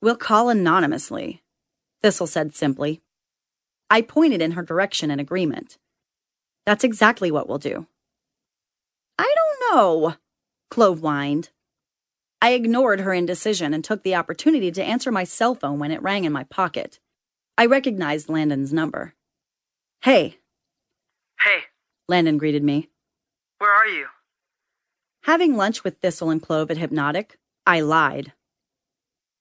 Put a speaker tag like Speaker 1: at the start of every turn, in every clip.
Speaker 1: We'll call anonymously, Thistle said simply. I pointed in her direction in agreement. That's exactly what we'll do. I don't know, Clove whined. I ignored her indecision and took the opportunity to answer my cell phone when it rang in my pocket. I recognized Landon's number. Hey,
Speaker 2: Hey,
Speaker 1: Landon greeted me.
Speaker 2: where are you?
Speaker 1: Having lunch with Thistle and Clove at Hypnotic, I lied,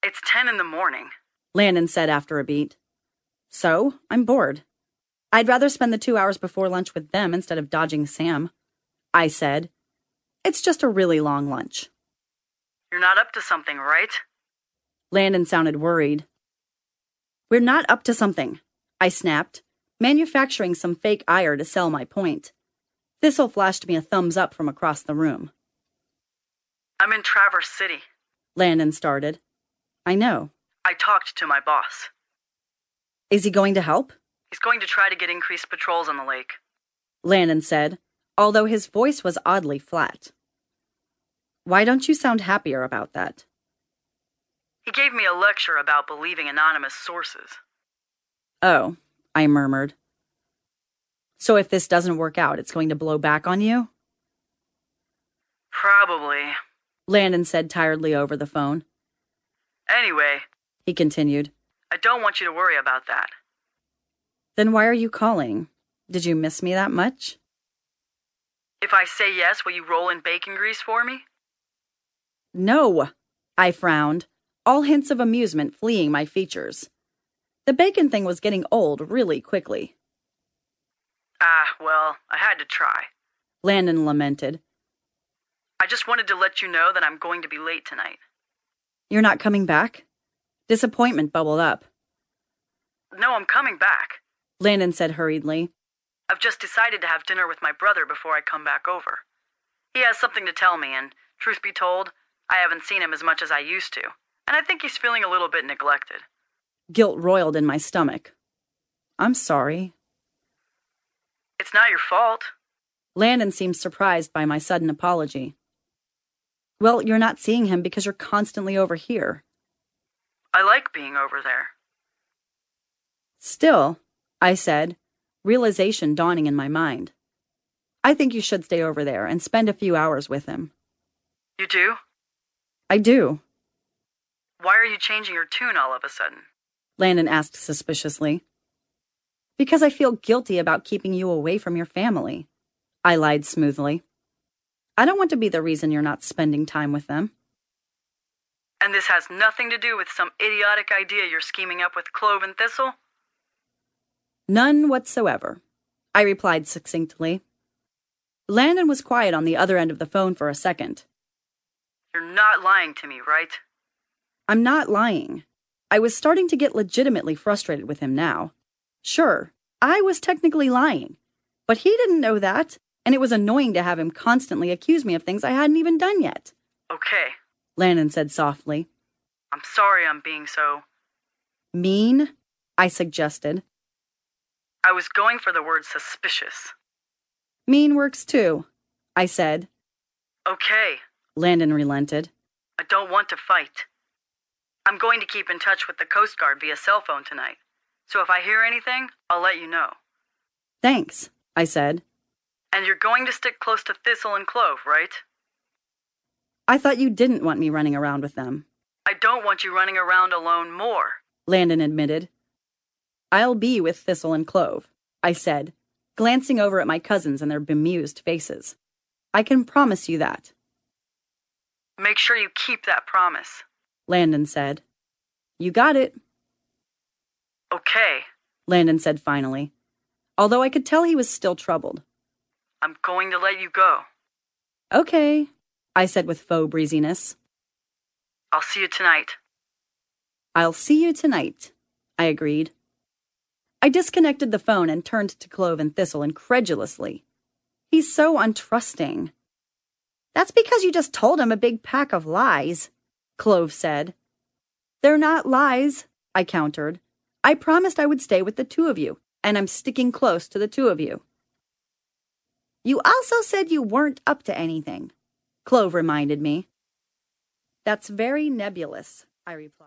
Speaker 2: It's 10 in the morning.
Speaker 1: Landon said after a beat. So, I'm bored. I'd rather spend the two hours before lunch with them instead of dodging Sam. I said, It's just a really long lunch.
Speaker 2: You're not up to something, right?
Speaker 1: Landon sounded worried. We're not up to something, I snapped, manufacturing some fake ire to sell my point. Thistle flashed me a thumbs up from across the room.
Speaker 2: I'm in Traverse City.
Speaker 1: Landon started. I know.
Speaker 2: I talked to my boss.
Speaker 1: Is he going to help?
Speaker 2: He's going to try to get increased patrols on the lake.
Speaker 1: Landon said, although his voice was oddly flat. Why don't you sound happier about that?
Speaker 2: He gave me a lecture about believing anonymous sources.
Speaker 1: Oh, I murmured. So if this doesn't work out, it's going to blow back on you?
Speaker 2: Probably.
Speaker 1: Landon said tiredly over the phone.
Speaker 2: Anyway,
Speaker 1: He continued.
Speaker 2: I don't want you to worry about that.
Speaker 1: Then why are you calling? Did you miss me that much?
Speaker 2: If I say yes, will you roll in bacon grease for me?
Speaker 1: No, I frowned, all hints of amusement fleeing my features. The bacon thing was getting old really quickly.
Speaker 2: Ah, well, I had to try.
Speaker 1: Landon lamented.
Speaker 2: I just wanted to let you know that I'm going to be late tonight.
Speaker 1: You're not coming back? Disappointment bubbled up.
Speaker 2: No, I'm coming back.
Speaker 1: Landon said hurriedly.
Speaker 2: I've just decided to have dinner with my brother before I come back over. He has something to tell me, and truth be told, I haven't seen him as much as I used to, and I think he's feeling a little bit neglected.
Speaker 1: Guilt roiled in my stomach. I'm sorry.
Speaker 2: It's not your fault.
Speaker 1: Landon seemed surprised by my sudden apology. Well, you're not seeing him because you're constantly over here.
Speaker 2: I like being over there.
Speaker 1: Still, I said, realization dawning in my mind. I think you should stay over there and spend a few hours with him.
Speaker 2: You do?
Speaker 1: I do,
Speaker 2: Why are you changing your tune all of a sudden?
Speaker 1: Landon asked suspiciously. Because I feel guilty about keeping you away from your family, I lied smoothly. I don't want to be the reason you're not spending time with them.
Speaker 2: And this has nothing to do with some idiotic idea you're scheming up with Clove and Thistle?
Speaker 1: None whatsoever, I replied succinctly. Landon was quiet on the other end of the phone for a second.
Speaker 2: You're not lying to me, right?
Speaker 1: I'm not lying. I was starting to get legitimately frustrated with him now. Sure, I was technically lying, but he didn't know that, and it was annoying to have him constantly accuse me of things I hadn't even done yet,
Speaker 2: Okay,
Speaker 1: Landon said softly.
Speaker 2: I'm sorry I'm being so.
Speaker 1: Mean? I suggested.
Speaker 2: I was going for the word suspicious.
Speaker 1: Mean works too, I said.
Speaker 2: Okay,
Speaker 1: Landon relented.
Speaker 2: I don't want to fight. I'm going to keep in touch with the Coast Guard via cell phone tonight, so if I hear anything, I'll let you know.
Speaker 1: Thanks, I said.
Speaker 2: And you're going to stick close to Thistle and Clove, right?
Speaker 1: I thought you didn't want me running around with them,
Speaker 2: I don't want you running around alone more.
Speaker 1: Landon admitted. I'll be with Thistle and Clove, I said, glancing over at my cousins and their bemused faces. I can promise you that,
Speaker 2: Make sure you keep that promise.
Speaker 1: Landon said. You got it,
Speaker 2: Okay,
Speaker 1: Landon said finally, although I could tell he was still troubled.
Speaker 2: I'm going to let you go.
Speaker 1: Okay, I said with faux breeziness.
Speaker 2: I'll see you tonight.
Speaker 1: I'll see you tonight, I agreed. I disconnected the phone and turned to Clove and Thistle incredulously. He's so untrusting. That's because you just told him a big pack of lies, Clove said. They're not lies, I countered. I promised I would stay with the two of you, and I'm sticking close to the two of you. You also said you weren't up to anything, Clove reminded me. That's very nebulous, I replied.